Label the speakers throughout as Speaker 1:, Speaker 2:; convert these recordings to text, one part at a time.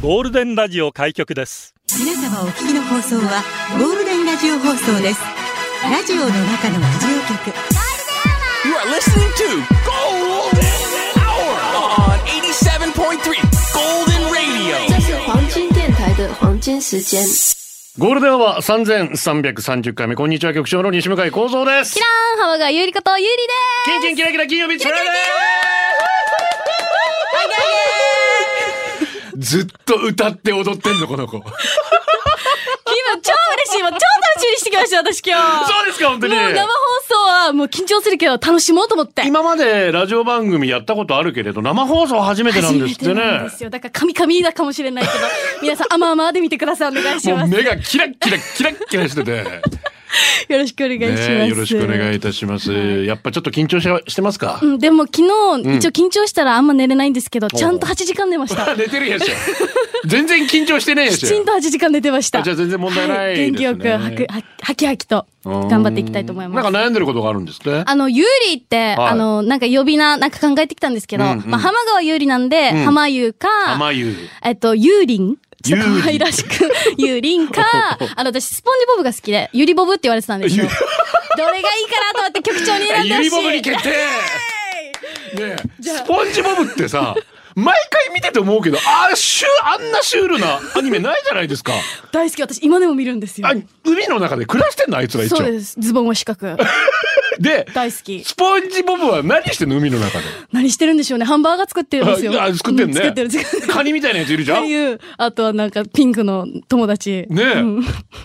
Speaker 1: ゴールデンラジオ開局です
Speaker 2: 皆様お聞きの放送はゴールデンラジオ放送ですラジオの中のラジオ局
Speaker 3: You are listening to Golden Hour on 87.3 Golden Radio.
Speaker 4: 这是黄金电台的黄金时间。
Speaker 5: ゴールデンは三千三百三十回目こんにちは局長の西向井光三です。キラ
Speaker 6: ハンハマがゆりことゆり
Speaker 5: キンキンキラキラ金曜日チュラです。ずっと歌って踊ってんのこの子。そ
Speaker 6: です今超嬉しいもう超楽しみにしてきました私今日
Speaker 5: うですか本当に。
Speaker 6: もう生放送はもう緊張するけど楽しもうと思って
Speaker 5: 今までラジオ番組やったことあるけれど生放送初めてなんですって
Speaker 6: 初めてなん
Speaker 5: ね
Speaker 6: で。すよだから神々だかもしれないけど皆さんあまあまで見てくださいお願いし
Speaker 5: も
Speaker 6: ま
Speaker 5: う
Speaker 6: す
Speaker 5: 目がキラッキラキラッキラしてて、ね
Speaker 6: よろしくお願いします、
Speaker 5: え、よろしくお願いいたします。やっぱちょっと緊張ししてますか
Speaker 6: う。ん、でも昨日、一応緊張したらあんま寝れないんですけど、ちゃんと8時間寝ました。
Speaker 5: 寝てるやつや。全然緊張してねえや
Speaker 6: き
Speaker 5: つや。
Speaker 6: ちんと8時間寝てました。
Speaker 5: あじゃあ全然問題ないですね
Speaker 6: 元気よく、はく、ははきはきと、頑張っていきたいと思います。
Speaker 5: なんか悩んでることがあるんですって。
Speaker 6: あの、有利って、
Speaker 5: はい
Speaker 6: あの、なんか呼び名、なんか考えてきたんですけど、
Speaker 5: うんうん
Speaker 6: まあ、浜川有利なんで、浜優か、
Speaker 5: 甘ゆう。
Speaker 6: えっと、有林ちょっと
Speaker 5: 有林
Speaker 6: 可愛らしく、有林 か、あの、私、スポンジボブが好きで、ゆりボブって言われてたんですよ。
Speaker 5: ゆ
Speaker 6: どれがいいかなと思って局長に選んで
Speaker 5: ゆり
Speaker 6: ほしい。
Speaker 5: ボブに決定ねえスポンジボブってさ、毎回見てて思うけど、あーシュあんなシュールなアニメないじゃないですか。
Speaker 6: 大好き、私、今でも見るんですよ
Speaker 5: あ。海の中で暮らしてんのあいつら一
Speaker 6: そ
Speaker 5: 応。
Speaker 6: うです。ズボンは四角。
Speaker 5: で、
Speaker 6: 大好き。
Speaker 5: スポンジボブは何してんの海の中で。
Speaker 6: 何してるんでしょうね。ハンバーガー作ってるんですよ。
Speaker 5: ああ作ってんね
Speaker 6: う作ってる、作ってる。
Speaker 5: カニみたいなやついるじゃ
Speaker 6: ああ
Speaker 5: ん。
Speaker 6: い
Speaker 5: ね
Speaker 6: う、あとはなんかピンクの友達。
Speaker 5: え。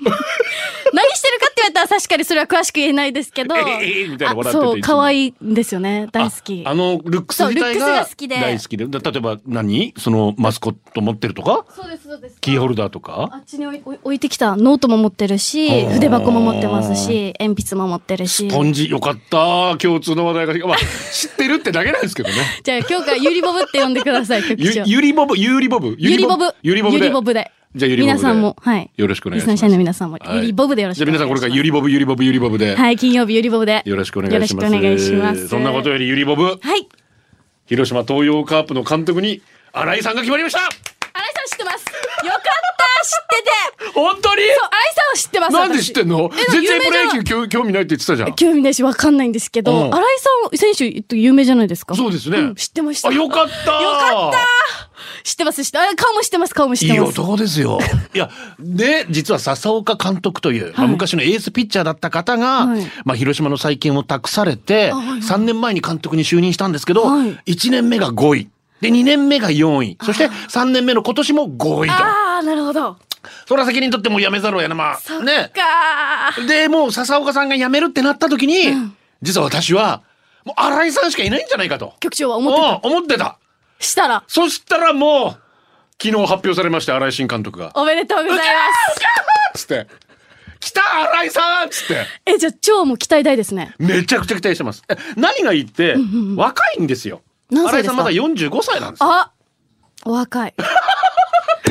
Speaker 6: 何してるかって言われたら確かにそれは詳しく言えないですけど。
Speaker 5: ええええみたいな
Speaker 6: あ
Speaker 5: 笑ってて
Speaker 6: そう、
Speaker 5: いつも
Speaker 6: 可愛いんですよね。大好き
Speaker 5: あ。あのルックス自体
Speaker 6: そうルックス
Speaker 5: が
Speaker 6: が好きで
Speaker 5: 大好きでだ例えば何そのマスコット持ってるとか
Speaker 6: そうです、そうです。
Speaker 5: キーホルダーとか
Speaker 6: あっちに置い置いてきたノートも持ってるし、筆箱も持ってますし、鉛筆も持ってるし。
Speaker 5: スポンジよかった共通の話題が、まあ、知ってるってだけなんですけど ね
Speaker 6: じゃあ今日からゆりボブって呼んでください、局
Speaker 5: ゆ
Speaker 6: 長。
Speaker 5: ゆりボブゆりボブ
Speaker 6: ゆりボブ。
Speaker 5: ゆりボブ
Speaker 6: ゆりボブで。
Speaker 5: じゃあゆりボブで
Speaker 6: 皆さんも、はい。
Speaker 5: よろしくお願いしま
Speaker 6: リスナー
Speaker 5: す
Speaker 6: 社員の皆さんも、
Speaker 5: はい
Speaker 6: ゆりボブでよろしく
Speaker 5: じゃあ皆さんこれからゆりボブゆりボブゆりボブで、
Speaker 6: はい、金曜日ゆりボブで。
Speaker 5: よろしくお願いします
Speaker 6: よろしくお願いします。
Speaker 5: そんなことよりゆりボブ
Speaker 6: はい。
Speaker 5: 広島東洋カープの監督に新井さんが決まりました
Speaker 6: 新井さん知ってます。よかった、知ってて。
Speaker 5: 本当に
Speaker 6: そう、新井さんは知ってます。
Speaker 5: なんで
Speaker 6: 私
Speaker 5: 知ってんの
Speaker 6: え
Speaker 5: 全然
Speaker 6: 有名
Speaker 5: プ
Speaker 6: じゃ
Speaker 5: ロ
Speaker 6: ん
Speaker 5: 野球興興味ないって言ってたじゃん
Speaker 6: 興味ないし、わかんないんですけ
Speaker 5: う
Speaker 6: ど、
Speaker 5: ん
Speaker 6: 新井さん、選手、有名じゃないですか。
Speaker 5: そうですね
Speaker 6: ん知ってました。
Speaker 5: あよかった
Speaker 6: よかった知ってます、知ってあ顔も知ってます、顔も知っ
Speaker 5: い
Speaker 6: て
Speaker 5: い
Speaker 6: ます。
Speaker 5: 男ですよ。 いや、で、実は笹岡監督という、まあ昔のエースピッチャーだった方が、
Speaker 6: はい
Speaker 5: まあ、広島の再建を託されて、
Speaker 6: はいはい
Speaker 5: 3年前に監督に就任したんですけど、
Speaker 6: はい
Speaker 5: 1年目が5位。で、2年目が4位。そして3年目の今年も5位と。
Speaker 6: あー、なるほど。
Speaker 5: それは責任取ってもう辞めざるを得ない。ま
Speaker 6: そっ
Speaker 5: あ、
Speaker 6: か
Speaker 5: ね。
Speaker 6: ー。
Speaker 5: で、もう笹岡さんが辞めるってなった時に、実は私は、もう新井さんしかいないんじゃないかと。
Speaker 6: 局長は思ってた。
Speaker 5: うん思ってた。
Speaker 6: したら、
Speaker 5: そしたらもう、昨日発表されました、新井新監督が。
Speaker 6: おめでとうございます。
Speaker 5: つって。来た新井さんつって。
Speaker 6: え、じゃあ、超も期待大ですね。
Speaker 5: めちゃくちゃ期待してます。え何がいいって、若いんですよ。
Speaker 6: 何歳
Speaker 5: 新井
Speaker 6: で
Speaker 5: さ
Speaker 6: すか
Speaker 5: んまだ45歳なんですよ。
Speaker 6: あお若い。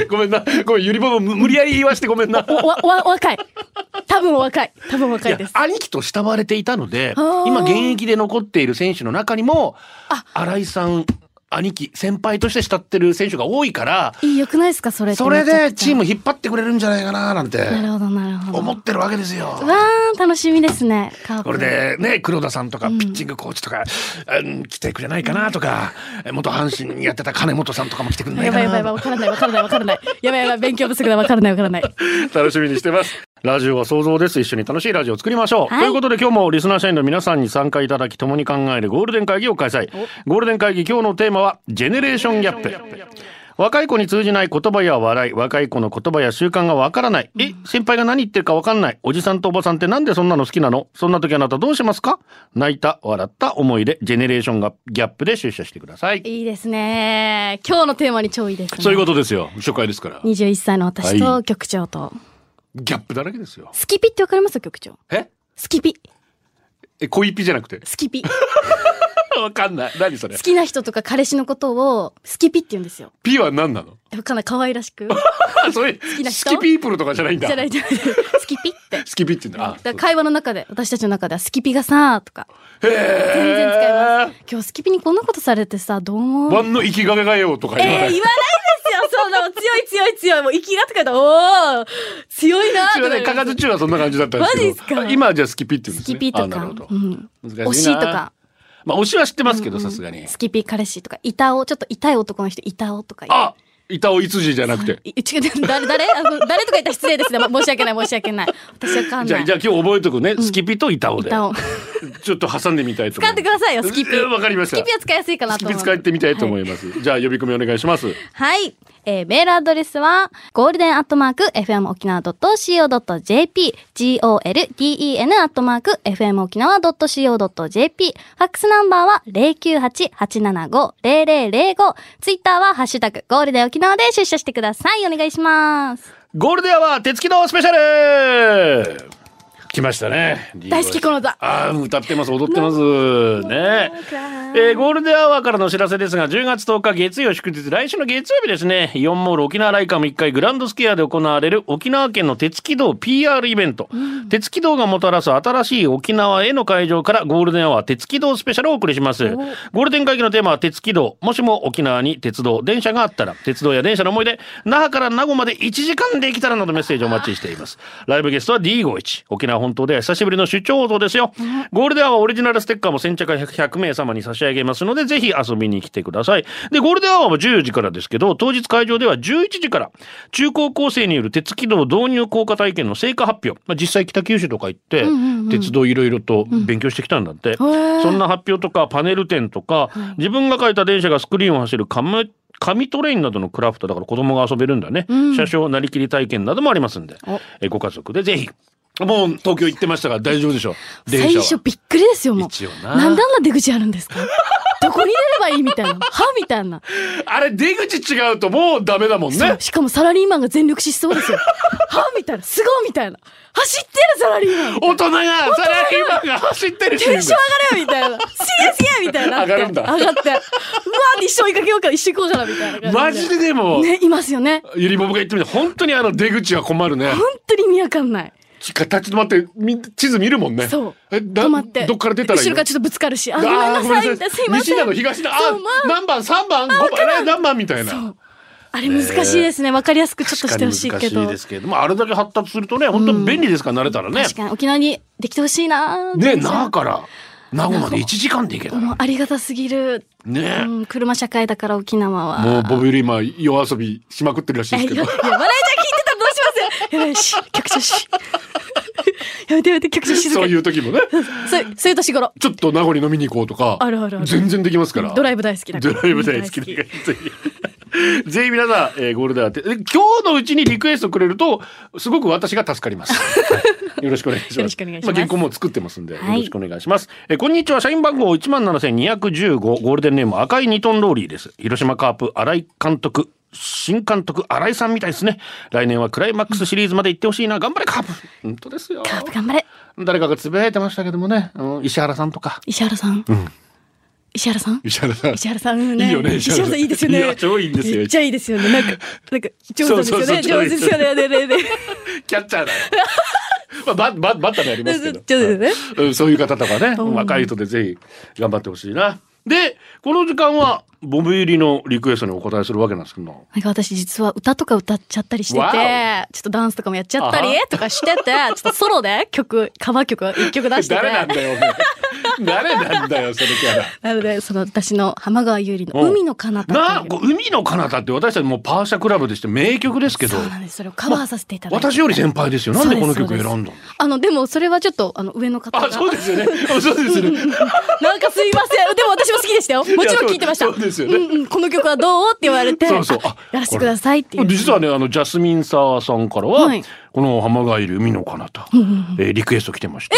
Speaker 5: ごめんな。ごめん、ゆりぼぼむ無理やり言わしてごめんな。
Speaker 6: お、おわ、お 若い。多分お若い。多分お
Speaker 5: い
Speaker 6: 若い
Speaker 5: や
Speaker 6: です。
Speaker 5: 兄貴と慕われていたので
Speaker 6: あー
Speaker 5: 今現役で残っている選手の中にも新井さん兄貴先輩として慕ってる選手が多いから
Speaker 6: いい、良くないですかそれって
Speaker 5: そ
Speaker 6: 思っ
Speaker 5: れ
Speaker 6: ちゃった
Speaker 5: でチーム引っ張ってくれるんじゃないかななんて
Speaker 6: なるほど、なるほど。
Speaker 5: 思ってるわけですよ。
Speaker 6: わー、楽しみですね。カープ
Speaker 5: これ。でね黒田さんとかピッチングコーチとか、うん、来てくれないかなとか、え元阪神にやってた金本さんとかも来てくれない
Speaker 6: やばいやばい
Speaker 5: か な
Speaker 6: やばい、わからないわからないわからない。やばいやばい、勉強不足だわからないわからない。
Speaker 5: 楽しみにしてますラジオは想像です一緒に楽しいラジオを作りましょう、
Speaker 6: はい
Speaker 5: ということで今日もリスナー社員の皆さんに参加いただき共に考えるゴールデン会議を開催ゴールデン会議今日のテーマはジェネレーションギャップ若い子に通じない言葉や笑い若い子の言葉や習慣がわからないえ先輩が何言ってるかわかんないおじさんとおばさんってなんでそんなの好きなのそんな時あなたどうしますか泣いた笑った思い出ジェネレーションがギャップで出社してください
Speaker 6: いいですね。今日のテーマに超いいですね。
Speaker 5: そういうことですよ初回ですから
Speaker 6: 21歳の私
Speaker 5: は
Speaker 6: と局長と。
Speaker 5: ギャップだらけですよ
Speaker 6: スキピってわかります局長。
Speaker 5: え
Speaker 6: スキピ。
Speaker 5: え恋ピじゃなくて
Speaker 6: スキピ。
Speaker 5: わかんない何それ
Speaker 6: 好きな人とか彼氏のことをスキピって言うんですよ。
Speaker 5: ピは何なの
Speaker 6: わかんない、可愛らしく。
Speaker 5: あ、そういう、
Speaker 6: きな
Speaker 5: 好
Speaker 6: 人
Speaker 5: きピープルとかじゃないんだ。
Speaker 6: じゃないじゃない。スキピって。
Speaker 5: スキピって言うんだ。あ、
Speaker 6: だから会話の中で、私たちの中では、スキピがさ、とか、
Speaker 5: へ
Speaker 6: 全然使い
Speaker 5: え
Speaker 6: ます。今日スキピにこんなことされてさ、どう思う
Speaker 5: ワンの生きがけがよとか
Speaker 6: えー、
Speaker 5: 言わ
Speaker 6: 言わ
Speaker 5: な
Speaker 6: ない
Speaker 5: い。
Speaker 6: ですよそんなもん強い強い強いもう息がとか言ったらおー強いなー
Speaker 5: すいません、かかず中はそんな感じだったんですけど。
Speaker 6: マジっすか
Speaker 5: あ今はじゃあスキピって言うん
Speaker 6: ス
Speaker 5: ですね。
Speaker 6: キピとか、
Speaker 5: あなるほど
Speaker 6: う。ん、
Speaker 5: 難しいな
Speaker 6: 推しとか。
Speaker 5: まあ、推しは知ってますけど、さすがに。
Speaker 6: スキピ彼氏とか、いたお、ちょっと痛い男の人、いたおとか言う。
Speaker 5: あ板尾いつじじゃなくて。
Speaker 6: い違う、誰、誰 あの誰とか言ったら失礼ですね。ま申し訳ない、申し訳ない。私わかん
Speaker 5: じゃ
Speaker 6: な
Speaker 5: あ、
Speaker 6: い。
Speaker 5: じゃあ今日覚えとくね。スキピと板尾で。
Speaker 6: 板尾
Speaker 5: ちょっと挟んでみたいと思います。
Speaker 6: 使ってくださいよスキピ
Speaker 5: え ーわかりまし
Speaker 6: ス
Speaker 5: た。
Speaker 6: キピは使いやすいかな
Speaker 5: ス
Speaker 6: と
Speaker 5: キ
Speaker 6: 思
Speaker 5: ピ
Speaker 6: う。
Speaker 5: 使ってみたいと思います。じゃあ、呼び込みお願いします。
Speaker 6: はい。えーメールアドレスは、ゴールデンアットマーク、fmokinawa.co.jp、golden アットマーク、fmokinawa.co.jp、ファックスナンバーは098-875-0005、ツイッターは、ハッシュタグ、ゴールデン沖縄で出社してください。お願いします。
Speaker 5: ゴールデンは手つきのスペシャル来ましたね。
Speaker 6: 大好きこの歌
Speaker 5: ああ、歌ってます、踊ってます。ね。えーゴールデンアワーからのお知らせですが、10月10日月曜祝日、来週の月曜日ですね、イオンモール沖縄ライカム1階グランドスケアで行われる沖縄県の鉄軌道 PR イベント、鉄軌道がもたらす新しい沖縄への会場からゴールデンアワー鉄軌道スペシャルをお送りします。ゴールデン会議のテーマは鉄軌道、もしも沖縄に鉄道、電車があったら、鉄道や電車の思い出、那覇から名護まで1時間で行きたらなどメッセージをお待ちしています。ライブゲストは D51。沖縄本島では久しぶりの出張放送ですよ。ゴールデンアワーオリジナルステッカーも先着 100, 100名様に差し上げますので、ぜひ遊びに来てください。で、ゴールデンアワーも10時からですけど、当日会場では11時から、中高校生による鉄軌道導入効果体験の成果発表。まあ、実際北九州とか行って、鉄道いろいろと勉強してきたんだって。そんな発表とかパネル展とか、自分が描いた電車がスクリーンを走る紙紙トレインなどのクラフトだから子供が遊べるんだね、車掌なりきり体験などもありますんでえご家族でぜひもう東京行ってましたから大丈夫でしょう電
Speaker 6: 最
Speaker 5: 車は
Speaker 6: 初びっくりですよ、もう。
Speaker 5: 一応な
Speaker 6: なんであんな出口あるんですかどこに出ればいいみたいな。はみたいな。
Speaker 5: あれ出口違うともうダメだもん
Speaker 6: そ
Speaker 5: ね
Speaker 6: うしかもサラリーマンが全力疾走 ですよ。はみたいな。すごいみたいな。走ってるサラリーマン。
Speaker 5: 大人がサラリーマンが走ってるシ
Speaker 6: テン
Speaker 5: ーン
Speaker 6: ション上がれよみたいな。すげえすげえみたいな。
Speaker 5: 上がるんだ
Speaker 6: 上がって。うわー一生追いかけようから一生行こうからみたいな感
Speaker 5: マ
Speaker 6: じ
Speaker 5: ジででも、
Speaker 6: ね、いますよね。
Speaker 5: ゆりぼぼが言ってみて本当にあの出口は困るね
Speaker 6: 本当に意味わかんない。
Speaker 5: ち立ち止まってみ地図見るもんね
Speaker 6: そう。
Speaker 5: えだ
Speaker 6: 止まって。
Speaker 5: どっから出たらいいの
Speaker 6: 後ろからちょっとぶつかるし。あ、ごめん
Speaker 5: あ
Speaker 6: な
Speaker 5: ーごめ
Speaker 6: さ
Speaker 5: ん
Speaker 6: い
Speaker 5: な
Speaker 6: み
Speaker 5: さ
Speaker 6: た
Speaker 5: い
Speaker 6: いな。すいませ
Speaker 5: 西
Speaker 6: ん。
Speaker 5: 田の東だあ
Speaker 6: そうまあ
Speaker 5: 何番3番5番何番みたいな
Speaker 6: そうあれ難しいですね。わかりやすくちょっとしてほしいけ
Speaker 5: 確かに難
Speaker 6: ど。
Speaker 5: しいですけどもあれだけ発達するとね本当に便利ですから慣れたらね
Speaker 6: 確かに沖縄にできてほしいなー
Speaker 5: ね
Speaker 6: 電車
Speaker 5: 那覇から名古まで1時間で行けた
Speaker 6: も
Speaker 5: ら
Speaker 6: うありがたすぎる。
Speaker 5: ね
Speaker 6: うん、車社会だから沖縄は。
Speaker 5: もうボブ・ユリー今夜遊びしまくってるらしい
Speaker 6: え
Speaker 5: で
Speaker 6: い
Speaker 5: す
Speaker 6: や、
Speaker 5: け
Speaker 6: いや、
Speaker 5: ど
Speaker 6: 笑いちゃん聞いてたらどうしますや ばいし、局長し。 やめてやめて、局長静
Speaker 5: そ
Speaker 6: か
Speaker 5: う
Speaker 6: に。
Speaker 5: いう時もね
Speaker 6: そういう、そういう年頃。
Speaker 5: ちょっと名古に飲みに行こうとか
Speaker 6: あるあるある
Speaker 5: 全然できますから
Speaker 6: ドライブ大好きだ か
Speaker 5: ド
Speaker 6: ら。
Speaker 5: ライブ大好きだ から、ぜひ。ぜひ皆さん、えーゴールデンアワーって、え今日のうちにリクエストくれると、すごく私が助かり ます。はいよろしくお願いします。
Speaker 6: よろしくお願いしま
Speaker 5: あ、
Speaker 6: す
Speaker 5: 原稿もう作ってますんで、よ
Speaker 6: はい
Speaker 5: ろしくお願いします。えーこんにちは、社員番号17215、ゴールデンネーム赤いニトンローリーです。広島カープ、新井監督。新監督、新井さんみたいですね。来年はクライマックスシリーズまで行ってほしいな。頑張れ、カープ。本当ですよ。
Speaker 6: カープ頑張れ。
Speaker 5: 誰かがつぶやいてましたけどもね、あの石原さんとか。
Speaker 6: 石原さん。石原さん
Speaker 5: 石原さん
Speaker 6: 石原さん、うんね、
Speaker 5: いいよね
Speaker 6: 石原さんいいですよね。
Speaker 5: いや超いいんですよ
Speaker 6: めっちゃいいですよね。なんか、なんか、上手ですよ
Speaker 5: そ
Speaker 6: ね。
Speaker 5: うそうそう
Speaker 6: 上手ですよね。ねねね
Speaker 5: キャッチャーだよ。 まあ、バババッターでありますけど。
Speaker 6: 上手です
Speaker 5: はいうんそういう方とかね、若い人でぜひ頑張ってほしいな。で、この時間は、ボブ入りのリクエストにお答えするわけなんですけど。
Speaker 6: なんか私実は歌とか歌っちゃったりしてて、ちょ
Speaker 5: わお
Speaker 6: っとダンスとかもやっちゃったり
Speaker 5: あは
Speaker 6: とかしてて、ちょっとソロで曲、カバー曲、一曲出してて。
Speaker 5: 誰なんだよ、 お前誰なんだよ、そのキ ャラ。
Speaker 6: なので、その私の浜川優里
Speaker 5: う
Speaker 6: の
Speaker 5: ん
Speaker 6: 海の彼方
Speaker 5: なあ、
Speaker 6: とい
Speaker 5: こ
Speaker 6: う。
Speaker 5: う海の彼方って私たちもうパーシャクラブでして名曲ですけど
Speaker 6: そ、うなんです。それをカバーさせていただいて。
Speaker 5: 私より先輩ですよ。なんでこの曲選んだの
Speaker 6: あの、でもそれはちょっと、あの、上の方が。
Speaker 5: あ、そうですよね。あそうですよ ね。
Speaker 6: なんかすいません。でも私も好きでしたよ。もちろん聞いてました。
Speaker 5: いやそうそうですよね
Speaker 6: んうん、この曲はどうって言われて、
Speaker 5: そうそうあ
Speaker 6: やらせてくださいっていう。
Speaker 5: 実はね、あの、ジャスミンサーさんからは、
Speaker 6: はい
Speaker 5: この浜がいる海の彼方、えーリクエスト来てまして。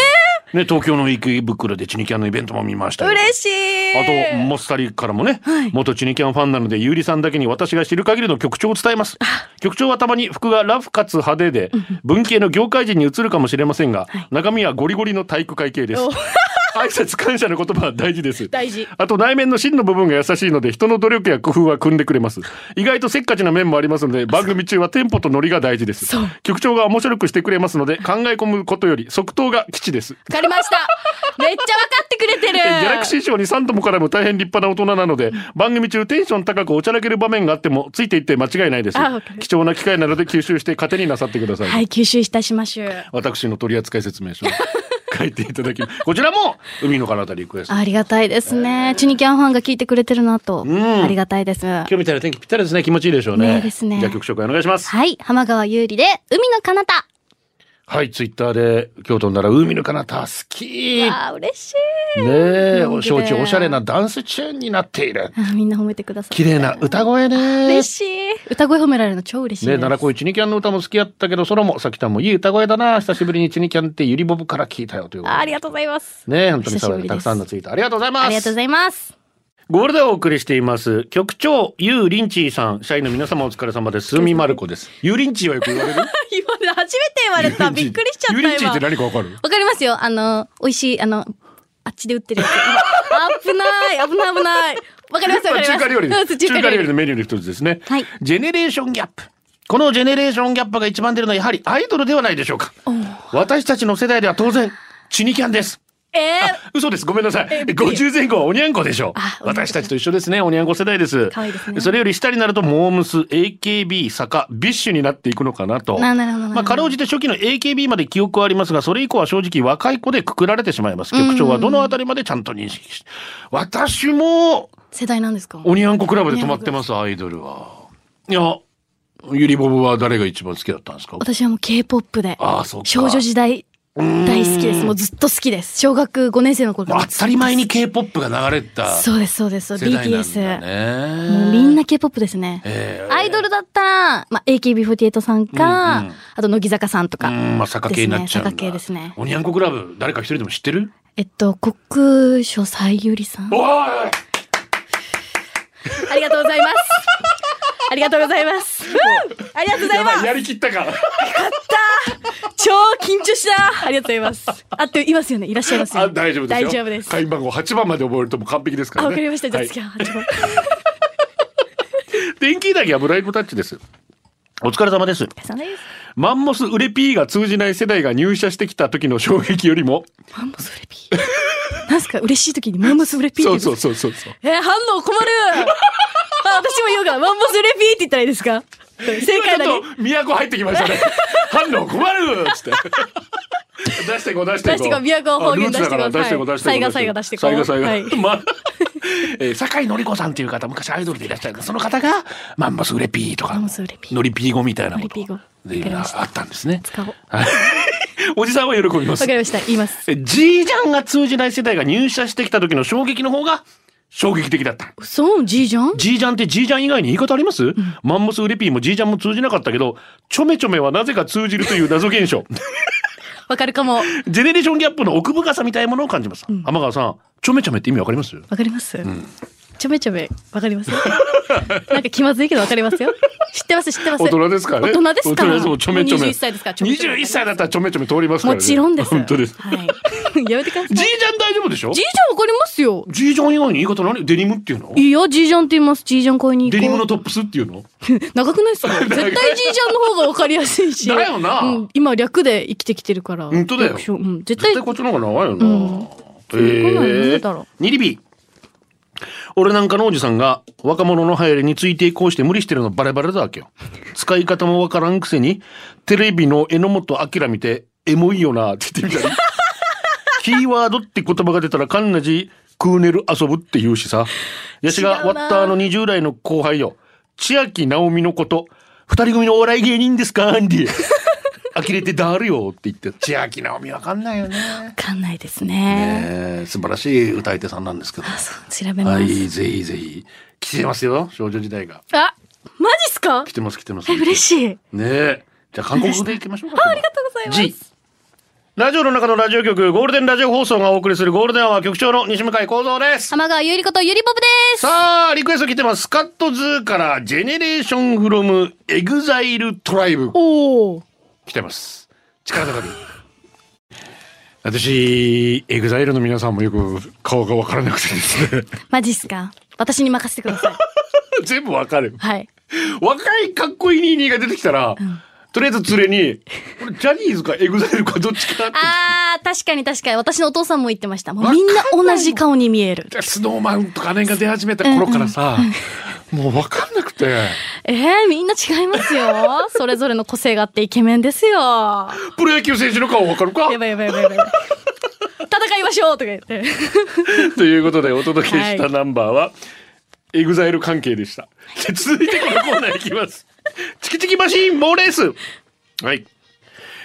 Speaker 5: ね、東京の池袋でチニキャンのイベントも見ましたよ。
Speaker 6: 嬉しい。
Speaker 5: あとモスタリからもね、
Speaker 6: はい
Speaker 5: 元チュニキャンファンなのでゆうりさんだけに私が知る限りの曲調を伝えます曲調はたまに服がラフかつ派手で文系の業界人に移るかもしれませんが、中身はゴリゴリの体育会系です挨拶感謝の言葉は大事です
Speaker 7: 大事
Speaker 5: あと内面の芯の部分が優しいので人の努力や工夫は組んでくれます意外とせっかちな面もありますので番組中はテンポとノリが大事です
Speaker 7: そう
Speaker 5: 局長が面白くしてくれますので考え込むことより即答が基地です
Speaker 7: わかりましためっちゃ分かってくれてるギ
Speaker 5: ギャラクシー賞に3ともからも大変立派な大人なので、番組中テンション高くおちゃらける場面があってもついていって間違いないです
Speaker 7: あわかる
Speaker 5: 貴重な機会なので吸収して糧になさってください、
Speaker 6: はい、吸収いたしましゅう。
Speaker 5: 私の取扱説明書を 書いていただきますこちらも海の彼方リクエスト
Speaker 6: ありがたいですね。チュニキャンファンが聞いてくれてるなと。
Speaker 5: ん
Speaker 6: ありがたいです。は
Speaker 5: 今日みたいな天気ぴったりですね気持ちいいでしょうね
Speaker 6: ねですね
Speaker 5: じゃあ曲紹介お願いします
Speaker 6: い、浜川優里で、海の彼方。
Speaker 5: はいツイッターで京都なら海の彼方好きね
Speaker 6: あー、嬉しい。
Speaker 5: え
Speaker 6: なん
Speaker 5: お
Speaker 6: で
Speaker 5: 承知おしゃれなダンスチューンになっている
Speaker 6: あーみんな褒めてください。
Speaker 5: 綺麗な歌声ね
Speaker 6: 嬉しい。歌声褒められるの超嬉しいで
Speaker 5: ね、
Speaker 6: す。
Speaker 5: 奈良子一二キャンの歌も好きやったけど、ソロも、さきたんもいい歌声だな。久しぶりに一二キャンってゆりぼぶから聞いたよということで
Speaker 6: あーありがとうございます。
Speaker 5: ね、本当に爽やか
Speaker 6: 久しぶりです
Speaker 5: たくさんのツイートありがとうございます。
Speaker 6: ありがとうございます。
Speaker 5: ゴールデンをお送りしています。局長、ゆうりんちーさん、社員の皆様お疲れ様です。すみまる子です。ゆうりんちーはよく言 われる
Speaker 6: 今まで初めて言われた。びっくりしちゃっ
Speaker 5: ゆ
Speaker 6: た。
Speaker 5: うりんちーって
Speaker 6: 今
Speaker 5: 何かわかる
Speaker 6: わかりますよ。あの、美味しい、あの、あっちで売ってるやつ。危ない、危ない、危ない。わか ります、わかります。
Speaker 5: 中華料理です
Speaker 6: うん
Speaker 5: 中
Speaker 6: 中
Speaker 5: 華
Speaker 6: 華
Speaker 5: 料
Speaker 6: 料
Speaker 5: 理
Speaker 6: 理。
Speaker 5: のメニューの一つですね。
Speaker 6: はい
Speaker 5: ジェネレーションギャップ。このジェネレーションギャップが一番出るのはやはりアイドルではないでしょうか。私たちの世代では当然、チュニキャンです。
Speaker 6: えー、
Speaker 5: 嘘です。ごめんなさい。50前後はおにゃんこでしょう
Speaker 6: あ。おにゃんこ
Speaker 5: 私たちと一緒ですね。おにゃんこ世代です。
Speaker 6: 可愛いですね
Speaker 5: それより下になると、モームス、AKB、坂、ビッシュになっていくのかなと。
Speaker 6: ななるほどなるほど
Speaker 5: まあ、かろうじて初期の AKB まで記憶はありますが、それ以降は正直若い子でくくられてしまいます。局長はどのあたりまでちゃんと認識して。私も、
Speaker 6: 世代なんですか
Speaker 5: おにゃんこクラブで止まってます、アイドルは。いや、ゆりぼぶは誰が一番好きだったんですか
Speaker 6: 私はもう K-POP で。
Speaker 5: ああ、そうか。
Speaker 6: 少女時代大好きです。もうずっと好きです。小学5年生の頃
Speaker 5: ま
Speaker 6: から
Speaker 5: あ当たり前に K-POP が流れてた世
Speaker 6: そうです、そうです。
Speaker 5: 代なんだね。
Speaker 6: BTS。もうみんな K-POP ですね。アイドルだったら、まあ、AKB48 さんか、あと乃木坂さんとか。
Speaker 5: うん、まあ、坂系になっちゃうんだ。
Speaker 6: ですね坂系ですね。
Speaker 5: おにゃんこクラブ、誰か一人でも知ってる
Speaker 6: えっと、国書さゆりさん。
Speaker 5: おい
Speaker 7: ありがとうございますありがとうございます ありがとうございます
Speaker 5: やりきったか。
Speaker 7: 超緊張したありがとうございます
Speaker 6: あっていますよね。いらっしゃいますよ、
Speaker 5: あ
Speaker 6: ね。
Speaker 5: 大丈夫ですよ。
Speaker 7: 大丈夫です
Speaker 5: 会員番号8番まで覚えるともう完璧ですか
Speaker 7: あ
Speaker 5: らね。
Speaker 7: わかりましたじゃあ
Speaker 5: はい
Speaker 7: 次は始ま る
Speaker 5: 電気だけはブライトタッチです。お疲れ様です。
Speaker 7: そうです
Speaker 5: マンモスウレピーが通じない世代が入社してきた時の衝撃よりも、
Speaker 6: マンモスウレピー。なんすか嬉しい時にマンモスウレピー
Speaker 5: そ
Speaker 6: っ
Speaker 5: う
Speaker 6: て言
Speaker 5: そううそうそうそう。
Speaker 7: えー、反応困るあ私も言おうかマンモスレピーって言ったらいいですか正解
Speaker 5: ち
Speaker 7: だ
Speaker 5: ょ
Speaker 7: ね
Speaker 5: っと都入ってきましたね。反応困るっつって。出してこう出してこ
Speaker 7: 出
Speaker 5: う。
Speaker 7: してこう都方言
Speaker 5: あルーツだから
Speaker 7: 出
Speaker 5: 出し
Speaker 7: してて
Speaker 5: こ
Speaker 7: こう
Speaker 5: う出してこう。
Speaker 7: はいサ
Speaker 5: 出して
Speaker 7: イガ
Speaker 5: サ
Speaker 7: サ
Speaker 5: イ
Speaker 7: イ
Speaker 5: ガ
Speaker 7: ガ
Speaker 5: サ
Speaker 7: サ
Speaker 5: イ
Speaker 7: イ
Speaker 5: ガ
Speaker 7: ガ
Speaker 5: まあ、えー、酒井のり子さんっていう方昔アイドルでいらっしゃるその方がマンモスウレピーとか
Speaker 6: マンモスウレピー
Speaker 5: のりピー語みたいなもの
Speaker 6: のりピー語
Speaker 5: で今
Speaker 6: わかりました
Speaker 5: あったんですね。
Speaker 6: 使おう。わ
Speaker 5: はい おじさんは喜びます
Speaker 6: か。りました。言います。
Speaker 5: えじいちゃんが通じない世代が入社してきた時の衝撃の方が衝撃的だった。
Speaker 6: そう、じいじゃん
Speaker 5: ジージャンってジージャン以外に言い方あります、マンモスウレピーもジージャンも通じなかったけど、ちょめちょめはなぜか通じるという謎現 象。
Speaker 6: わかるかも。わ
Speaker 5: ジェネレーションギャップの奥深さみたいなものを感じます。天川さん、ちょめちょめって意味わかります
Speaker 6: かります、ちょめちょめ、わかりますなんか気まずいけどわかりますよ。知ってます、知ってます。
Speaker 5: 大人ですからね。
Speaker 6: 大人ですか
Speaker 5: 大
Speaker 6: ら
Speaker 5: 人ですもうちょめちょめ。
Speaker 6: もう21歳ですからちょめちょめ
Speaker 5: 21歳だったらちょめちょめ通りますから
Speaker 6: も
Speaker 5: ね。
Speaker 6: ちろんです。
Speaker 5: 本当です。
Speaker 6: はい。やめてください。
Speaker 5: ジージャン大丈夫でしょ
Speaker 6: じいちゃんわかりますよ。
Speaker 5: ジージャン以外に言い方何デニムっていうの
Speaker 6: いや、じいちゃんって言います。じいちゃん買いに行
Speaker 5: デ
Speaker 6: こう。
Speaker 5: ニムのトップスっていうの
Speaker 6: 長くないですか絶対じいちゃんの方がわかりやすいし。
Speaker 5: だよな
Speaker 6: うん、今、略で生きてきてるから。
Speaker 5: 本当だよ
Speaker 6: 略称うん、絶対
Speaker 5: 絶対こっちの方が長いよ
Speaker 6: う。
Speaker 5: なんえ
Speaker 6: なん
Speaker 5: え
Speaker 6: でだろう
Speaker 5: ニリビ俺なんかのおじさんが若者の流行りについていこうして無理してるのバレバレだわ けよ。使い方もわからんくせに、テレビの榎本明見て、エモいよなって言ってみ たり。キーワードって言葉が出たらカンナジクーネル遊ぶって言うしさ。やしが
Speaker 6: 違うな
Speaker 5: ワッターの20代の後輩よ。千秋直美のこと、二人組のお笑い芸人ですかアン ディ。呆れてだるよって言って、千秋直美わかんないよね。
Speaker 6: わかんないですね。
Speaker 5: えー素晴らしい歌い手さんなんですけど。
Speaker 6: あ、そう、調べま
Speaker 5: は
Speaker 6: す。
Speaker 5: い、ぜひぜひ。来てますよ、少女時代が。
Speaker 6: あ、マジっすか
Speaker 5: 来てます、来てます。
Speaker 6: え、嬉
Speaker 5: し
Speaker 6: しい。
Speaker 5: い。ねえ。じゃあ、韓国語で行きましょうか。あ、ありがとうございます。ラジオの中のラジオ局、ゴールデンラジオ放送がお送りするゴールデンアワー局長の西向井幸三です。
Speaker 6: 玉川ゆりことゆりぽぷです
Speaker 5: さあ、リクエスト来てます。スカットズーから、ジェネレーションフロムエグザイルトライブ。
Speaker 7: おお。
Speaker 5: 来てます。力高く。私、エグザイルの皆さんもよく顔がわからなくてですね。
Speaker 6: マジっすか私に任せてください。
Speaker 5: 全部わかる。
Speaker 6: はい。
Speaker 5: 若いかっこいいニーニーが出てきたら、とりあえず連れに、これジャニーズかエグザイルかどっちかって
Speaker 6: あー、確かに確かに。私のお父さんも言ってました。もうみんな同じ顔に見える。
Speaker 5: スノーマウンとかあの辺が出始めた頃からさ、もう分かんなくて、
Speaker 6: えー、みんな違いますよ。それぞれの個性があってイケメンですよ。や
Speaker 5: プロ野球選手の顔分かるか
Speaker 6: ばいやばいやばいやばい。戦いましょうとか言って。
Speaker 5: ということでお届けしたナンバーは、エグザイル関係でした。で続いてこのコーナーいきます。 チキチキマシーン猛レースはい。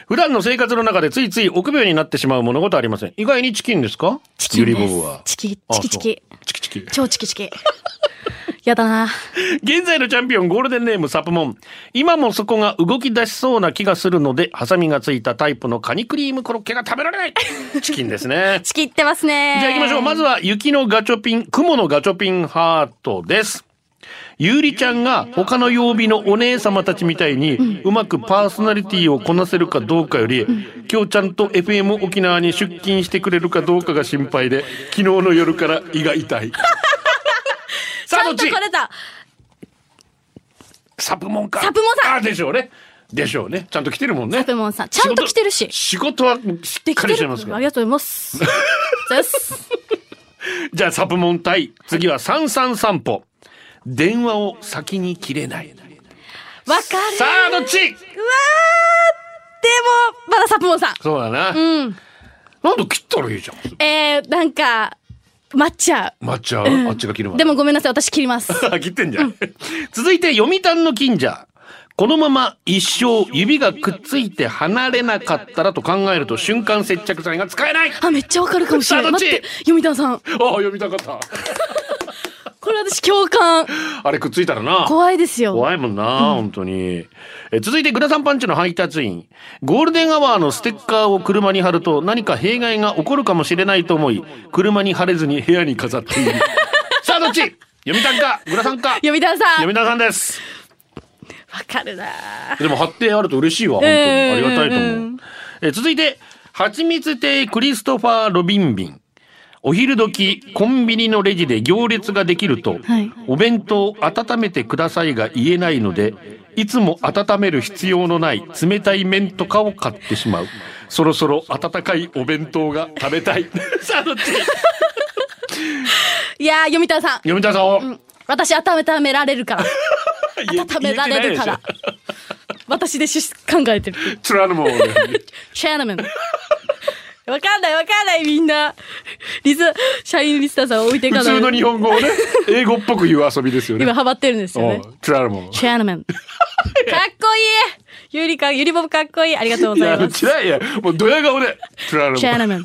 Speaker 5: 普段の生活の中でついつい臆病になってしまう物事ありません。意外にチキンですか
Speaker 6: チキンで
Speaker 5: ゆりぼぶは
Speaker 6: す。。チキ、
Speaker 5: あ
Speaker 6: チキチキ。
Speaker 5: そうチキチキ。
Speaker 6: 超チキチキ。やだな。
Speaker 5: 現在のチャンピオンゴールデンネームサプモン今もそこが動き出しそうな気がするのでハサミがついたタイプのカニクリームコロッケが食べられない チキンですね
Speaker 6: チキってますね。
Speaker 5: じゃあ行きましょうまずは雪のガチョピン雲のガチョピンハートですゆうりちゃんが他の曜日のお姉様たちみたいにうまくパーソナリティをこなせるかどうかより今日ちゃんと FM 沖縄に出勤してくれるかどうかが心配で昨日の夜から胃が痛 いさあ
Speaker 6: ちゃ
Speaker 5: ど
Speaker 6: ん
Speaker 5: っ
Speaker 6: と
Speaker 5: ち
Speaker 6: 来れた。
Speaker 5: サプモンか。
Speaker 6: サプモンさん
Speaker 5: あーでしょうね。でしょうね。ちゃんと来てるもんね。
Speaker 6: サプモンさん。ちゃんと来てるし。
Speaker 5: 仕事はしっ
Speaker 6: でき
Speaker 5: か
Speaker 6: て
Speaker 5: り
Speaker 6: る。
Speaker 5: してますか
Speaker 6: あ
Speaker 5: ら
Speaker 6: り。がとうございます。です。
Speaker 5: じゃあサプモン対次は三三散歩。電話を先に切れない。
Speaker 6: わかる。
Speaker 5: さあどっち？
Speaker 6: でも、まだサプモンさん。
Speaker 5: そうだな。
Speaker 6: うん。
Speaker 5: なんで切ったらいいじゃん。
Speaker 6: えー、なんか、待っちゃ
Speaker 5: 抹茶、あっちが切る
Speaker 6: う。
Speaker 5: ま
Speaker 6: で
Speaker 5: で。
Speaker 6: もごめんなさい、私切ります。
Speaker 5: 切ってんじゃん。続いて読谷の近所。このまま一生指がくっついて離れなかったらと考えると瞬間接着剤が使えない。あ
Speaker 6: あ、めっちゃわかるかもしれ
Speaker 5: さ
Speaker 6: ない。
Speaker 5: あどっ
Speaker 6: 待
Speaker 5: ち
Speaker 6: って、読谷さん。
Speaker 5: あ読みたかった。
Speaker 6: これ私共感。
Speaker 5: あれくっついたらな。
Speaker 6: 怖いですよ。
Speaker 5: 怖いもんな、本当に。え続いて、グラサンパンチの配達員。ゴールデンアワーのステッカーを車に貼ると何か弊害が起こるかもしれないと思い、車に貼れずに部屋に飾ってい る。さあ、どっち読谷か、グラサンか。
Speaker 6: 読谷さん。わ
Speaker 5: 読谷さんです。
Speaker 6: かるな
Speaker 5: でも貼ってあると嬉しいわ、本当に。
Speaker 6: うん
Speaker 5: ありがたいと思う。え続いて、蜂蜜亭クリストファー・ロビンビン。お昼時、コンビニのレジで行列ができると、
Speaker 6: はい
Speaker 5: お弁当を温めてくださいが言えないので、いつも温める必要のない冷たい麺とかを買ってしまう。そろそろ温かいお弁当が食べた い。さあ、どっち
Speaker 6: いやー、読谷さん。
Speaker 5: 読谷さんを、
Speaker 6: 私温められるから。
Speaker 5: 言え
Speaker 6: 温められるから。。私でし考えてる。
Speaker 5: つらぬもん。
Speaker 6: シャーナメン。わかんないわかんないみんな。リス、社員リスターさんを置いてい
Speaker 5: 普
Speaker 6: かない。
Speaker 5: 通の日本語をね、英語っぽく言う遊びですよね。
Speaker 6: 今ハマってるんですよね。
Speaker 5: うんつらぬもん。
Speaker 6: シャー ナメン。かっこいいゆりか、ゆりぼぶかっこいいありがとうご
Speaker 5: い
Speaker 6: ざ
Speaker 5: や、
Speaker 6: います。
Speaker 5: 嫌いや。もうドヤ顔で。つら
Speaker 6: シャー
Speaker 5: ら
Speaker 6: ナメン。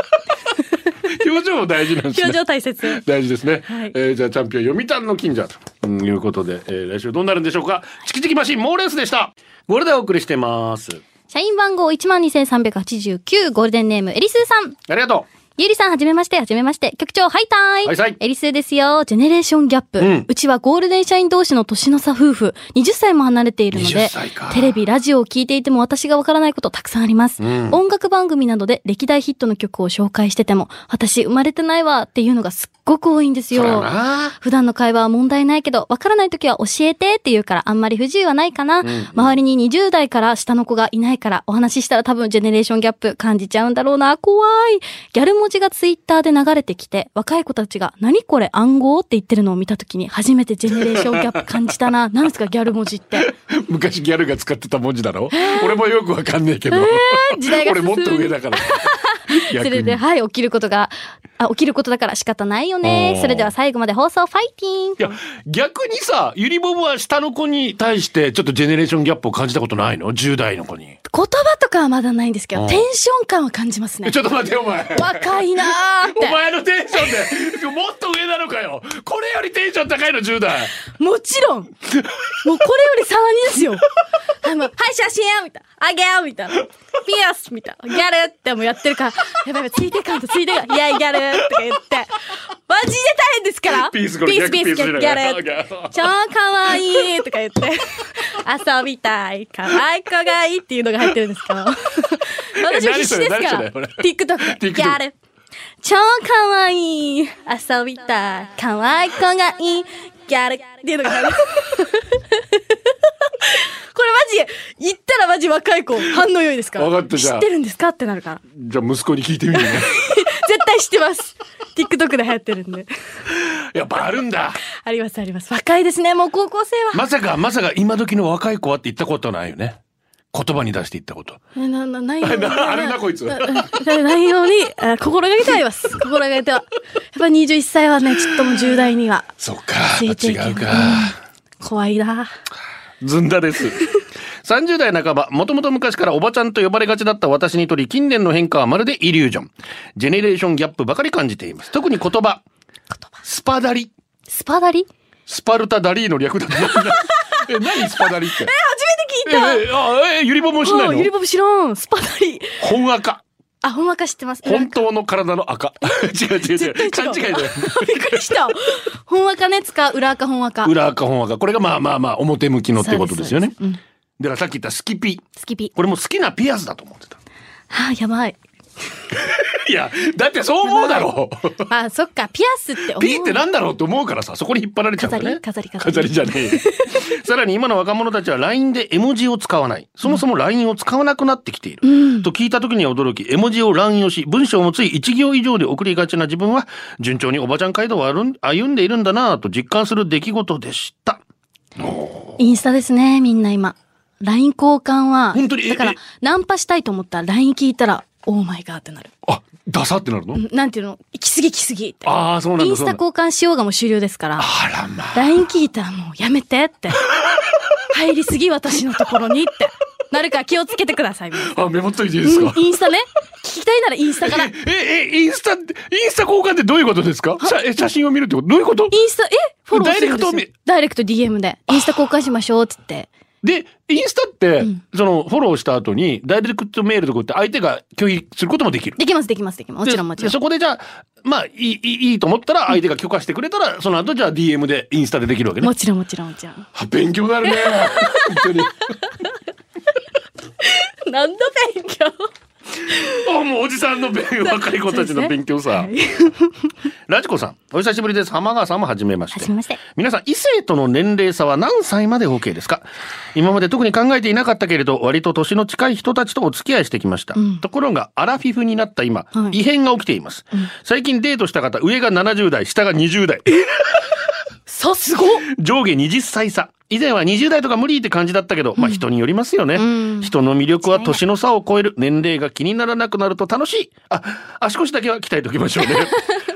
Speaker 5: 表情も大事なんです
Speaker 6: 表
Speaker 5: ね
Speaker 6: 情。大切。
Speaker 5: 大事ですね。
Speaker 6: はい
Speaker 5: えーじゃあチャンピオン読谷の近所とうんいうことで、えー来週どうなるんでしょうか。チキチキマシン猛レースでした。これでお送りしてます。
Speaker 6: 社員番号12,389ゴールデンネームエリスーさん。
Speaker 5: ありがと
Speaker 6: ゆりさん、はじめまして、はじめまして。局長、ハイタイ。
Speaker 5: ハイサイ
Speaker 6: エリスーですよ。ジェネレーションギャップ。
Speaker 5: う
Speaker 6: うんちはゴールデン社員同士の年の差夫婦。20歳も離れているの
Speaker 5: 20
Speaker 6: で
Speaker 5: 歳か、
Speaker 6: テレビ、ラジオを聞いていても私がわからないことたくさんあります、
Speaker 5: ん
Speaker 6: 音楽番組などで歴代ヒットの曲を紹介してても、私生まれてないわっていうのがすっごく多いんです
Speaker 5: う。そ
Speaker 6: よ。
Speaker 5: うだな。
Speaker 6: 普段の会話は問題ないけど、わからないときは教えてって言うからあんまり不自由はないかな。周りに20代から下の子がいないからお話ししたら多分ジェネレーションギャップ感じちゃうんだろうな。怖い。ギャル文字がツイッターで流れてきて、若い子たちが何これ暗号って言ってるのを見たときに初めてジェネレーションギャップ感じ たな。何ですかギャル文字って。
Speaker 5: 昔ギャルが使ってた文字だろ。俺もよくわかんねえけど。
Speaker 6: 時代が
Speaker 5: 俺
Speaker 6: 進
Speaker 5: もっ
Speaker 6: む
Speaker 5: と上だ から。
Speaker 6: そ
Speaker 5: 逆
Speaker 6: れ
Speaker 5: に
Speaker 6: で、
Speaker 5: い
Speaker 6: はい、起きることが、あ、起きることだから仕方ないよ
Speaker 5: お
Speaker 6: ね
Speaker 5: ー。
Speaker 6: それでは最後まで放送ファイティング。
Speaker 5: や逆にさゆりぼぶは下の子に対してちょっとジェネレーションギャップを感じたことないの10代の子に
Speaker 6: 言葉とかはまだないんですけ
Speaker 5: う
Speaker 6: ど、
Speaker 5: ん
Speaker 6: テンション感は感じますね
Speaker 5: え。ちょっと待ってお前
Speaker 6: 若いなーっ
Speaker 5: お
Speaker 6: て。
Speaker 5: 前のテンションでもっと上なのかよこれよりテンション高いの10代
Speaker 6: もちろんもうこれよりさらにですよ
Speaker 8: あもうはい、写真みたいな。あげよみたいな。ピアスみたいな。ギャルってもうやってるから、やばいやばい、ついてかんとついてかん。いやい、ギャルとか言って。マジで大変ですから。
Speaker 5: ピースこれ
Speaker 8: ピース、ピ
Speaker 5: 逆
Speaker 8: ース、ギ
Speaker 5: ピースじゃない
Speaker 8: ャル。超かわいいとか言って。遊びたい。かわいい子がいいっていうのが入ってるんですけど。私は必死ですか
Speaker 5: え何それ
Speaker 8: ら。
Speaker 5: 何それ
Speaker 8: TikTok で。ギャル。超かわいい。遊びたい。かわいい子がいい。ギャル。っていうのが 入る。これマジ、言ったらマジ若い子、反応良いですから。
Speaker 5: 分かったじ
Speaker 8: 知
Speaker 5: ゃあ
Speaker 8: ってるんですかってなるから。
Speaker 5: じゃあ息子に聞いてみる ね
Speaker 8: 絶対知ってます。TikTok で流行ってるんで。
Speaker 5: やっぱあるんだ
Speaker 8: ありますあります。若いですね、もう高校生は。
Speaker 5: まさかまさか今時の若い子はって言ったことないよね言葉に出して言ったこと
Speaker 8: えな、な、ないように。
Speaker 5: なあれなこいつ
Speaker 8: なないように、あ心がけてはいます。心がけては。やっぱ21歳はね、ちょっともう10代には
Speaker 5: そっか
Speaker 8: ついていけない
Speaker 5: 違うか
Speaker 8: 怖いな。
Speaker 5: ずんだです。30代半ば、もともと昔からおばちゃんと呼ばれがちだった私にとり、近年の変化はまるでイリュージョン。ジェネレーションギャップばかり感じています。特に言葉。スパダリ。
Speaker 6: スパダリ
Speaker 5: スパルタダリーの略だと思うんだ。 え、何スパダリって。
Speaker 8: 初めて聞いた
Speaker 5: え、え、あ、え、ゆりぼもしない
Speaker 8: おゆり
Speaker 5: の
Speaker 8: ぼぶ知らん。スパダリ。
Speaker 5: 本赤。
Speaker 8: あ、ほんわか知ってます。
Speaker 5: 本当の体の赤。 違う違う違う。勘違いだ よ。
Speaker 8: びっくりした。
Speaker 6: ほんわかね使う裏垢ほんわか。
Speaker 5: 裏赤本赤。これがまあまあまあ、表向きのってことですよね。
Speaker 8: そうです。そうです
Speaker 5: だからさっき言ったスキピ。
Speaker 6: ス キピ。
Speaker 5: これも好きなピアスだと思ってた。
Speaker 6: はあ、やばい。
Speaker 5: いや、だってそう思うだ ろう。
Speaker 6: まあ、そっか、ピアスって思う。
Speaker 5: ピーってなんだろうって思うからさ、そこに引っ張られちゃうんだね。
Speaker 6: 飾り
Speaker 5: 飾
Speaker 6: 飾り
Speaker 5: りじゃねえよ。 さらに今の若者たちは LINE で絵文字を使わない。そもそも LINE を使わなくなってきている。と聞いた時には驚き、絵文字を乱用し、文章もつい1行以上で送りがちな自分は、順調におばちゃん街道を歩ん歩んでいるんだなぁと実感する出来事でした。
Speaker 6: インスタですね、みんな今。LINE 交換は、
Speaker 5: 本当にえ
Speaker 6: だから
Speaker 5: え、
Speaker 6: ナンパしたいと思ったら LINE 聞いたら、オーマイガーってなる。
Speaker 5: あ、ダサってなるの、
Speaker 6: うんなんていうの行き過ぎ行き過ぎって。
Speaker 5: ああ、そうなん
Speaker 6: イ
Speaker 5: だ。
Speaker 6: ンス
Speaker 5: そうな
Speaker 6: タ
Speaker 5: んだ
Speaker 6: 交換しようがもう終了ですから、
Speaker 5: あらまあ。
Speaker 6: LINE 聞いたらもうやめてって。入りすぎ私のところにって。なるから気をつけてください。皆さん
Speaker 5: あ、メモっといていいですか
Speaker 6: うんインスタね。聞きたいならインスタから。イン
Speaker 5: え、え、インスタって、インスタ交換ってどういうことですかさえ写真を見るってことどういうこと
Speaker 6: スタ、えフォローするんですよ
Speaker 5: ダイレクト
Speaker 6: ダイレクト DM で。インスタ交換しましょうって言って。
Speaker 5: で、インスタって、その、フォローした後に、ダイレクトメールとかって相手が拒否することもできる。
Speaker 6: できます、できます、できます。もちろん、
Speaker 5: で
Speaker 6: もちろ
Speaker 5: で
Speaker 6: ん。
Speaker 5: そこでじゃあ、まあ、いい、いいいいと思ったら、相手が許可してくれたら、その後じゃあ DM でインスタでできるわけね
Speaker 6: も。ちろん、もちろん、もちろん。
Speaker 5: あ勉強になるね。本当に。
Speaker 8: なんだ勉強。
Speaker 5: あ、もうおじさん の勉若い子たちの勉強さ。ラジコさん、お久しぶりです。浜川さんもはじめまし
Speaker 6: は
Speaker 5: て
Speaker 6: じ。めまして。
Speaker 5: 皆さん、異性との年齢差は何歳まで OK ですか今まで特に考えていなかったけれど、割と年の近い人たちとお付き合いしてきました。ところが、アラフィフになった今、
Speaker 6: はい
Speaker 5: 異変が起きています。最近デートした方、上が70代、下が20代。
Speaker 8: さ、すごっ
Speaker 5: 上下20歳差。以前は20代とか無理って感じだったけど、まあ人によりますよね。人の魅力は年の差を超える。年齢が気にならなくなると楽しい。あ、足腰だけは鍛えておきまし ょうね。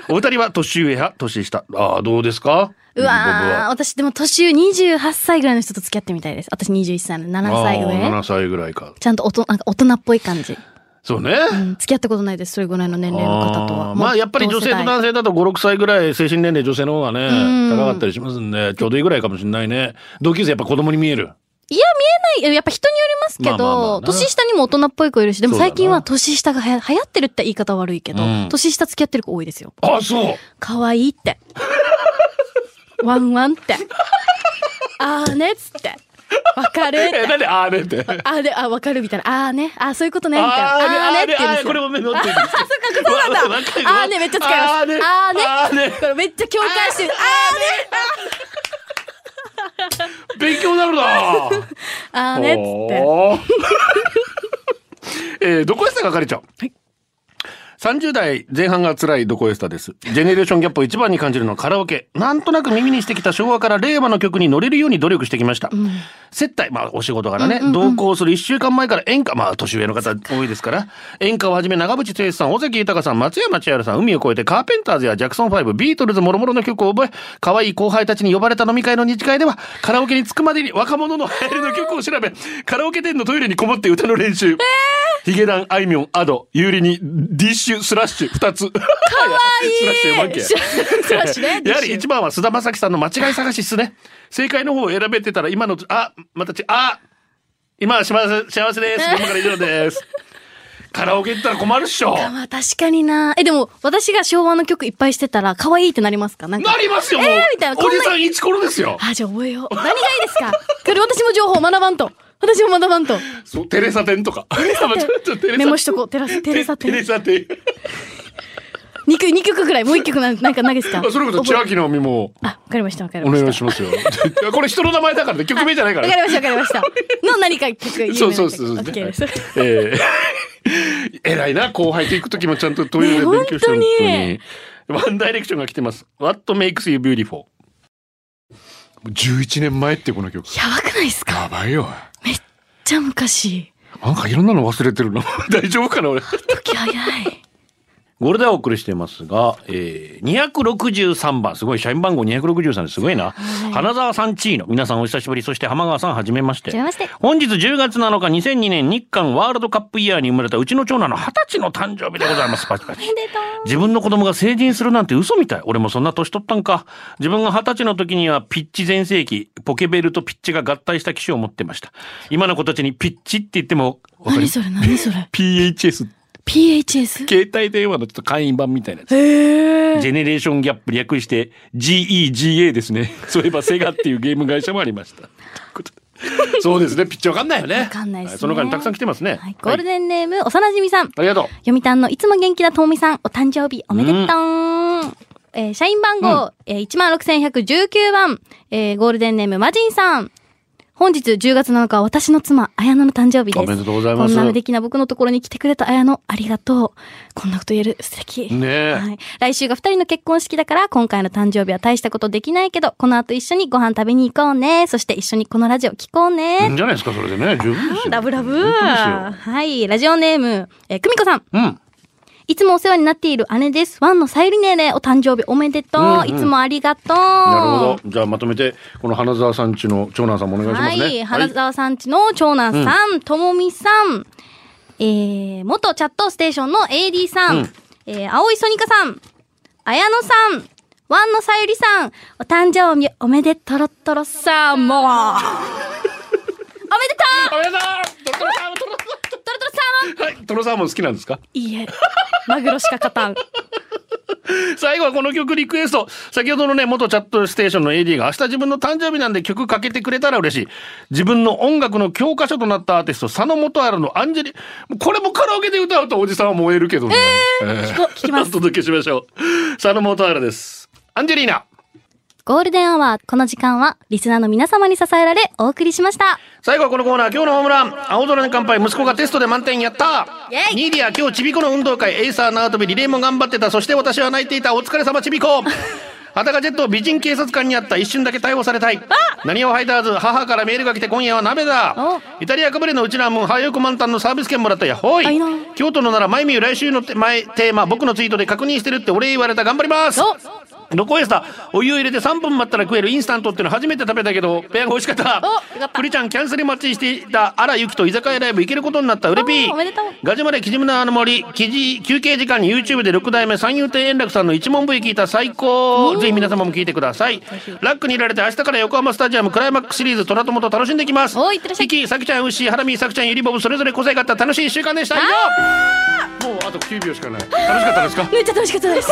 Speaker 5: お二人は年上派、年下。ああ、どうですか
Speaker 6: う
Speaker 5: 僕
Speaker 6: わ
Speaker 5: は
Speaker 6: ー、私でも年上28歳ぐらいの人と付き合ってみたいです。私21歳の7歳
Speaker 5: あー
Speaker 6: 上。
Speaker 5: 7歳ぐらいか。
Speaker 6: ちゃんと大人なんか大人っぽい感じ、
Speaker 5: そうね。
Speaker 6: うん。付き合ったことないです、それぐらいの年齢の方と
Speaker 5: あ
Speaker 6: は。
Speaker 5: ーまあやっぱり女性と男
Speaker 6: 性。
Speaker 5: 性だと5、6歳ぐらい精神年齢女性の方がね、
Speaker 6: うん
Speaker 5: 高かったりしますんで、ちょうどいいぐらいかもしれないね。同級生やっぱ子供に見える。
Speaker 6: いや、見えない。やっぱ人によりますけど、
Speaker 5: まあまあまあな
Speaker 6: 年下にも大人っぽい子いるし、でも
Speaker 5: そうだな
Speaker 6: 最近は年下がはや流行ってるって言い方悪いけど、
Speaker 5: うん
Speaker 6: 年下付き合ってる子多いですよ。
Speaker 5: あ、そう。
Speaker 6: 可愛い って。ワンワンって。あーねっつって。わかるっ
Speaker 5: え、
Speaker 6: て。
Speaker 5: なんであ れって。
Speaker 6: あーね、あ、わかるみたいな。あーね、あーそういうことね、みたいな。あ
Speaker 5: あ
Speaker 6: ーね
Speaker 5: れ
Speaker 6: って言うん
Speaker 5: あ
Speaker 6: です
Speaker 5: れ
Speaker 6: よ
Speaker 5: これも目のってるんですよ。
Speaker 8: そうなんだ
Speaker 5: わかる
Speaker 8: あーね、めっちゃ使います。
Speaker 5: あ
Speaker 8: あ
Speaker 5: ーね
Speaker 8: ーね。
Speaker 5: あーね
Speaker 8: これめっちゃ共感してる。あ
Speaker 5: 勉強になるな。
Speaker 6: あーねっつって。
Speaker 5: おー えー、どこエスタ係長。はい。30代前半が辛いどこエスタです。ジェネレーションギャップを一番に感じるのはカラオケ。なんとなく耳にしてきた昭和から令和の曲に乗れるように努力してきました。接待、まあお仕事からね、同行する1週間前から演歌、まあ年上の方多いですから、演歌をはじめ長渕剛さん、尾関豊さん、松山千春さん、海を越えてカーペンターズやジャクソン5、ビートルズ諸々の曲を覚え、可愛い後輩たちに呼ばれた飲み会の二次会では、カラオケに着くまでに若者の流行りの曲を調べ、カラオケ店のトイレにこもって歌の練習。ヒゲダン、あいみょん、アド、ユーリに、ディッシュ、スラッシュ、二つ。かわい
Speaker 8: ーね。スラッシュね。
Speaker 5: やはり一番は菅田将暉さんの間違い探しっすね。正解の方を選べてたら今の、あ、またち、あ、今幸せ幸せです今から以上ですカラオケ行ったら困るっしょ
Speaker 6: まあ確かにな。え、でも、私が昭和の曲いっぱいしてたら、可愛いってなりますかなんか。
Speaker 5: なりますよもう、
Speaker 6: えーみたいなこん
Speaker 5: お
Speaker 6: な
Speaker 5: じさん一コロですよ
Speaker 6: あ、じゃあ覚えよう。何がいいですかこれ私も情報学ばんと。私も学ばんと。
Speaker 5: そうテレサテンとかちょっとテレサ
Speaker 6: メモしとこう。テラス、テレサテ
Speaker 5: テレ
Speaker 6: ン。
Speaker 5: サテン
Speaker 6: 二曲、二曲ぐらい。もう一曲なんなんかないですか
Speaker 5: あそれこそ
Speaker 6: 覚え
Speaker 5: 千秋の実も
Speaker 6: あ、わかりました、わかり
Speaker 5: お
Speaker 6: まし た。
Speaker 5: 願いしますよいやこれ人の名前だからね曲名じゃないか
Speaker 6: わ
Speaker 5: ら
Speaker 6: か
Speaker 5: ね
Speaker 6: りました、わかりました。の何か 曲有名な
Speaker 5: そうそうそうそう
Speaker 6: オッケーです。
Speaker 5: えー 偉いな後輩と行く時もちゃんとトイレで勉強してる、
Speaker 6: ね
Speaker 5: 本当にワンダイレクションが来てます「What makes you beautiful」11年前ってこの曲
Speaker 6: やばくないですか
Speaker 5: やばいよ
Speaker 6: じゃあ昔。
Speaker 5: なんかいろんなの忘れてるの 大丈夫かな俺
Speaker 6: 時 早い。
Speaker 5: ゴールデンをお送りしてますが、えー、263番、すごい、社員番号263ですごいな。花沢さんチーノ、皆さんお久しぶり、そして浜川さん、はじめまして。
Speaker 6: はじめまして
Speaker 5: 本日10月7日、2002年日韓ワールドカップイヤーに生まれたうちの長男の20歳の誕生日でございます。パチパチ。自分の子供が成人するなんて嘘みたい。俺もそんな年取ったんか。自分が20歳の時にはピッチ全盛期、ポケベルとピッチが合体した機種を持ってました。今の子たちにピッチって言っても、わかり
Speaker 6: 何それ、何それ。
Speaker 5: ?PHS
Speaker 6: PHS?
Speaker 5: 携帯電話のちょっと会員版みたいなやつ。ジェネレーションギャップ略して GEGA ですね。 そういえばセガっていうゲーム会社もありました。ということで そうですね。ピッチわかんないよね。わ
Speaker 6: かんないですね
Speaker 5: その間にたくさん来てますね。
Speaker 6: はい、ゴー
Speaker 5: はい
Speaker 6: ルデンネーム、幼馴染さん。
Speaker 5: ありがとう。
Speaker 6: 読谷のいつも元気なともみさん、お誕生日おめでとう。えー社員番号、えー16,119番、えーゴールデンネーム、マジンさん。本日10月7日は私の妻、綾乃の誕生日です。
Speaker 5: おめでとうございます
Speaker 6: こんな無敵な僕のところに来てくれた綾乃、ありがとう。こんなこと言える、素敵。
Speaker 5: ねえ
Speaker 6: はい。来週が二人の結婚式だから、今回の誕生日は大したことできないけど、この後一緒にご飯食べに行こうね。そして一緒にこのラジオ聞こうね。
Speaker 5: いいんじゃないですか、それでね。十分ですよ。
Speaker 6: ラブラブ。
Speaker 5: 本
Speaker 6: はい。ラジオネーム、えー、久美子さん。
Speaker 5: 当ですよ。うん。
Speaker 6: いつもお世話になっている姉です。ワンのさゆりねえねえお誕生日おめでとう。
Speaker 5: うんうん
Speaker 6: いつもありがと
Speaker 5: な
Speaker 6: う。
Speaker 5: る
Speaker 6: な
Speaker 5: ほど。じゃあまとめて、この花沢さんちの長男さんもお願いしま
Speaker 6: は
Speaker 5: すね。
Speaker 6: い。花沢さんちの長男さん、ともみさん、えー、元チャットステーションの AD さん、
Speaker 5: うん
Speaker 6: えー、青いソニカさん、綾野さん、ワンのさゆりさん、お誕生日おめでとろっとろさん もう。おめで
Speaker 5: おめでとうト
Speaker 6: とう
Speaker 5: ロサーモントロサ
Speaker 6: とろとろさん
Speaker 5: ーモンはい、トロサーモン好きなんですか
Speaker 6: いいえ。マグロしか勝たん。
Speaker 5: 最後はこの曲リクエスト。先ほどのね、元チャットステーションの AD が明日自分の誕生日なんで曲かけてくれたら嬉しい。自分の音楽の教科書となったアーティスト、佐野元春のアンジェリ、もうこれもカラオケで歌うとおじさんは燃えるけどね。えー
Speaker 6: 聞きます
Speaker 5: お届けしましょう。佐野元春です。アンジェリーナ。
Speaker 6: ゴールデンアワー、この時間は、リスナーの皆様に支えられ、お送りしました。
Speaker 5: 最後はこのコーナー、今日のホームラン。青空に乾杯、息子がテストで満点やった
Speaker 6: イェイ
Speaker 5: ニーディア、今日ちびこの運動会、エイサー縄跳び、リレーも頑張ってた。そして私は泣いていた。お疲れ様、ちび こ。はたかジェット、美人警察官にあった。一瞬だけ逮捕されたい。なにをハイターズ、母からメールが来て今夜は鍋だ。イタリアかぶれのうちなもん、ハーヨーク満タンのサービス券もらったや。ほい
Speaker 6: あいいな。
Speaker 5: 京都のなら、マイミュー来週のテ前テーマ、僕のツイートで確認してるってお礼言われた。頑張ります。どこへしたお湯を入れて3分待ったら食えるインスタントっての初めて食べたけどペアが美味しかったプリちゃんキャンセル待ちしていた荒ゆきと居酒屋ライブ行けることになったウレピー
Speaker 6: おめでとう
Speaker 5: ガジュマレキジムナーの森記事休憩時間に YouTube で6代目三遊亭円楽さんの一問 V 聞いた最高ぜひ皆様も聞いてくださいラックにいられて明日から横浜スタジアムクライマックスシリーズ虎友と楽しんできます
Speaker 6: おい行ってらっしゃい
Speaker 5: キキさきちゃん牛ハラミさきちゃんゆりぼぶそれぞれ個性があった楽しい1週間でした以上もうあと9秒しかない楽しかったですか
Speaker 6: めっちゃ楽しかった です。